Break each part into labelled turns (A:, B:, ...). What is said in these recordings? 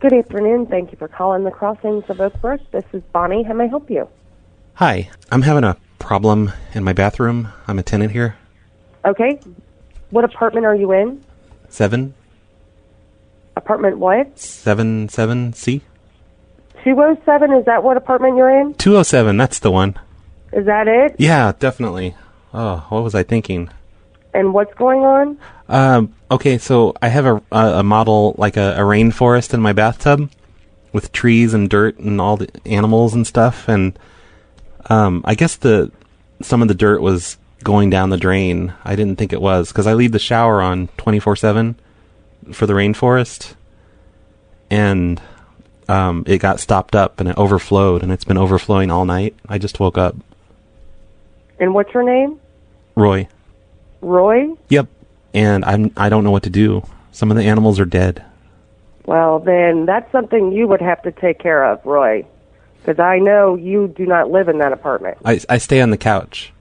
A: Good afternoon. Thank you for calling the Crossings of Oak Brook. This is Bonnie. How may I help you?
B: Hi, I'm having a problem in my bathroom. I'm a tenant here.
A: Okay. What apartment are you in?
B: Seven
A: Apartment what?
B: seven seven C
A: 207. Is that what apartment you're in?
B: two oh seven. That's the one.
A: Is that it?
B: Yeah, definitely. Oh, what was I thinking?
A: And what's going on?
B: Um, okay, so I have a a, a model like a, a rainforest in my bathtub with trees and dirt and all the animals and stuff, and um, I guess the some of the dirt was going down the drain. I didn't think it was because I leave the shower on twenty four seven for the rainforest, and um, it got stopped up and it overflowed, and it's been overflowing all night. I just woke up,
A: And what's your name?
B: Roy.
A: Roy?
B: Yep. And I'm I don't know what to do. Some of the animals are dead.
A: Well, then that's something you would have to take care of, Roy. Because I know you do not live in that apartment.
B: I I stay on the couch.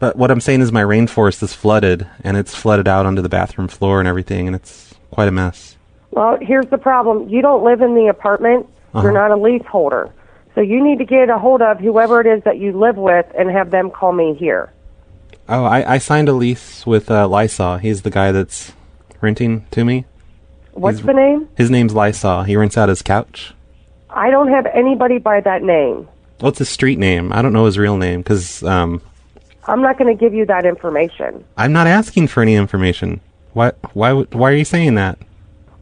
B: But what I'm saying is my rainforest is flooded and it's flooded out onto the bathroom floor and everything and it's quite a mess.
A: Well, here's the problem. You don't live in the apartment. You're not a leaseholder. So you need to get a hold of whoever it is that you live with and have them call me here.
B: Oh, I, I signed a lease with uh, Lysaw. He's the guy that's renting to me.
A: What's
B: He's-
A: the name?
B: His name's Lysaw. He rents out his couch.
A: I don't have anybody by that name.
B: What's his street name? I don't know his real name because um,
A: I'm not going to give you that information.
B: I'm not asking for any information. Why why would- why are you saying that?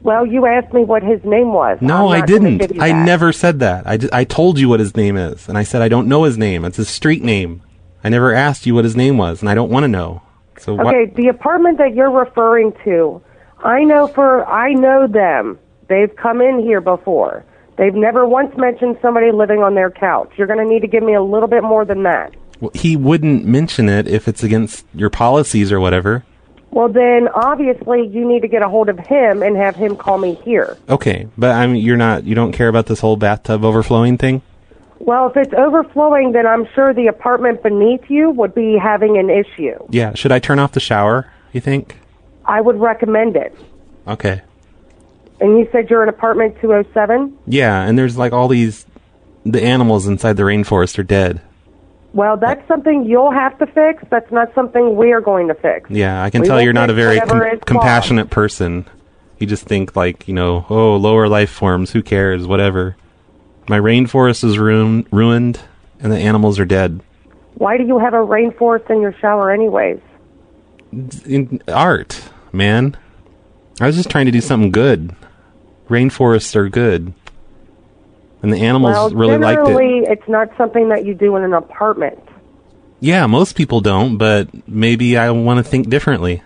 A: Well, you asked me what his name was.
B: No,
A: I'm
B: I
A: not gonna
B: didn't.
A: give you
B: I
A: that.
B: never said that. I, d- I told you what his name is, and I said I don't know his name. It's his street name. I never asked you what his name was, and I don't want to know. So why-
A: Okay, the apartment that you're referring to, I know for I know them. They've come in here before. They've never once mentioned somebody living on their couch. You're going to need to give me a little bit more than that.
B: well, he wouldn't mention it if it's against your policies or whatever.
A: Well, then obviously you need to get a hold of him and have him call me here.
B: Okay, but I mean you're not you don't care about this whole bathtub overflowing thing.
A: Well, if it's overflowing, then I'm sure the apartment beneath you would be having an issue.
B: Yeah, should I turn off the shower? You think?
A: I would recommend it.
B: Okay.
A: And you said you're in apartment 207?
B: Yeah, and there's like all these the animals inside the rainforest are dead.
A: Well, that's something you'll have to fix. That's not something we are going to fix.
B: Yeah, I can
A: We
B: tell
A: will
B: you're not a
A: fix
B: very
A: whatever is
B: com-
A: wrong.
B: compassionate person. You just think like, you know, oh, lower life forms, who cares, whatever. My rainforest is ruin- ruined and the animals are dead.
A: Why do you have a rainforest in your shower, anyways?
B: In- art, man. I was just trying to do something good. Rainforests are good. And the animals
A: well,
B: really liked it.
A: generally, it's not something that you do in an apartment.
B: Yeah, most people don't, but maybe I want to think differently.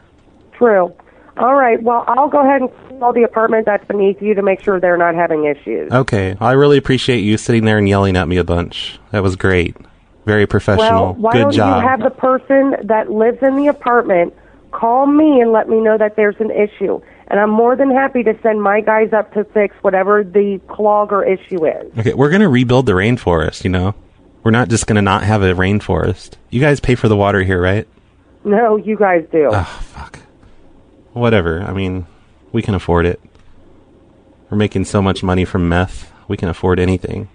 A: True. All right. Well, I'll go ahead and call the apartment that's beneath you to make sure they're not having issues.
B: Okay, I really appreciate you sitting there and yelling at me a bunch. That was great. Very professional.
A: well, why
B: Good
A: don't
B: job.
A: you have the person that lives in the apartment call me and let me know that there's an issue? And I'm more than happy to send my guys up to fix whatever the clog or issue is.
B: Okay, we're gonna rebuild the rainforest. You know, we're not just gonna not have a rainforest. You guys pay for the water here, right?
A: No, you guys do.
B: Ah. Whatever. I mean, we can afford it. We're making so much money from meth. We can afford anything.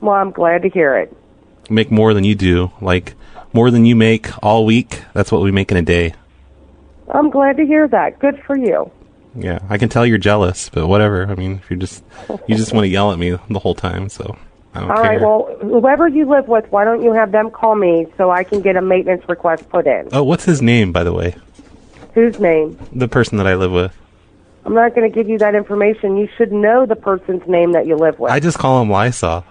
A: Well, I'm glad to hear it.
B: Make more than you do. Like more than you make all week. That's what we make in a day.
A: I'm glad to hear that. Good for you.
B: Yeah, I can tell you're jealous, but whatever. I mean, if you're just you just want to yell at me the whole time, so I don't
A: All
B: care.
A: right. Well, whoever you live with, why don't you have them call me so I can get a maintenance request put in?
B: oh, what's his name, by the way?
A: Whose name?
B: The person that I live with.
A: I'm not going to give you that information. You should know the person's name that you live with.
B: I just call him Lysaw.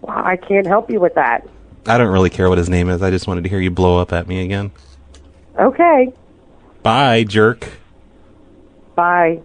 A: Well, I can't help you with that.
B: I don't really care what his name is. I just wanted to hear you blow up at me again.
A: Okay.
B: Bye, jerk.
A: Bye.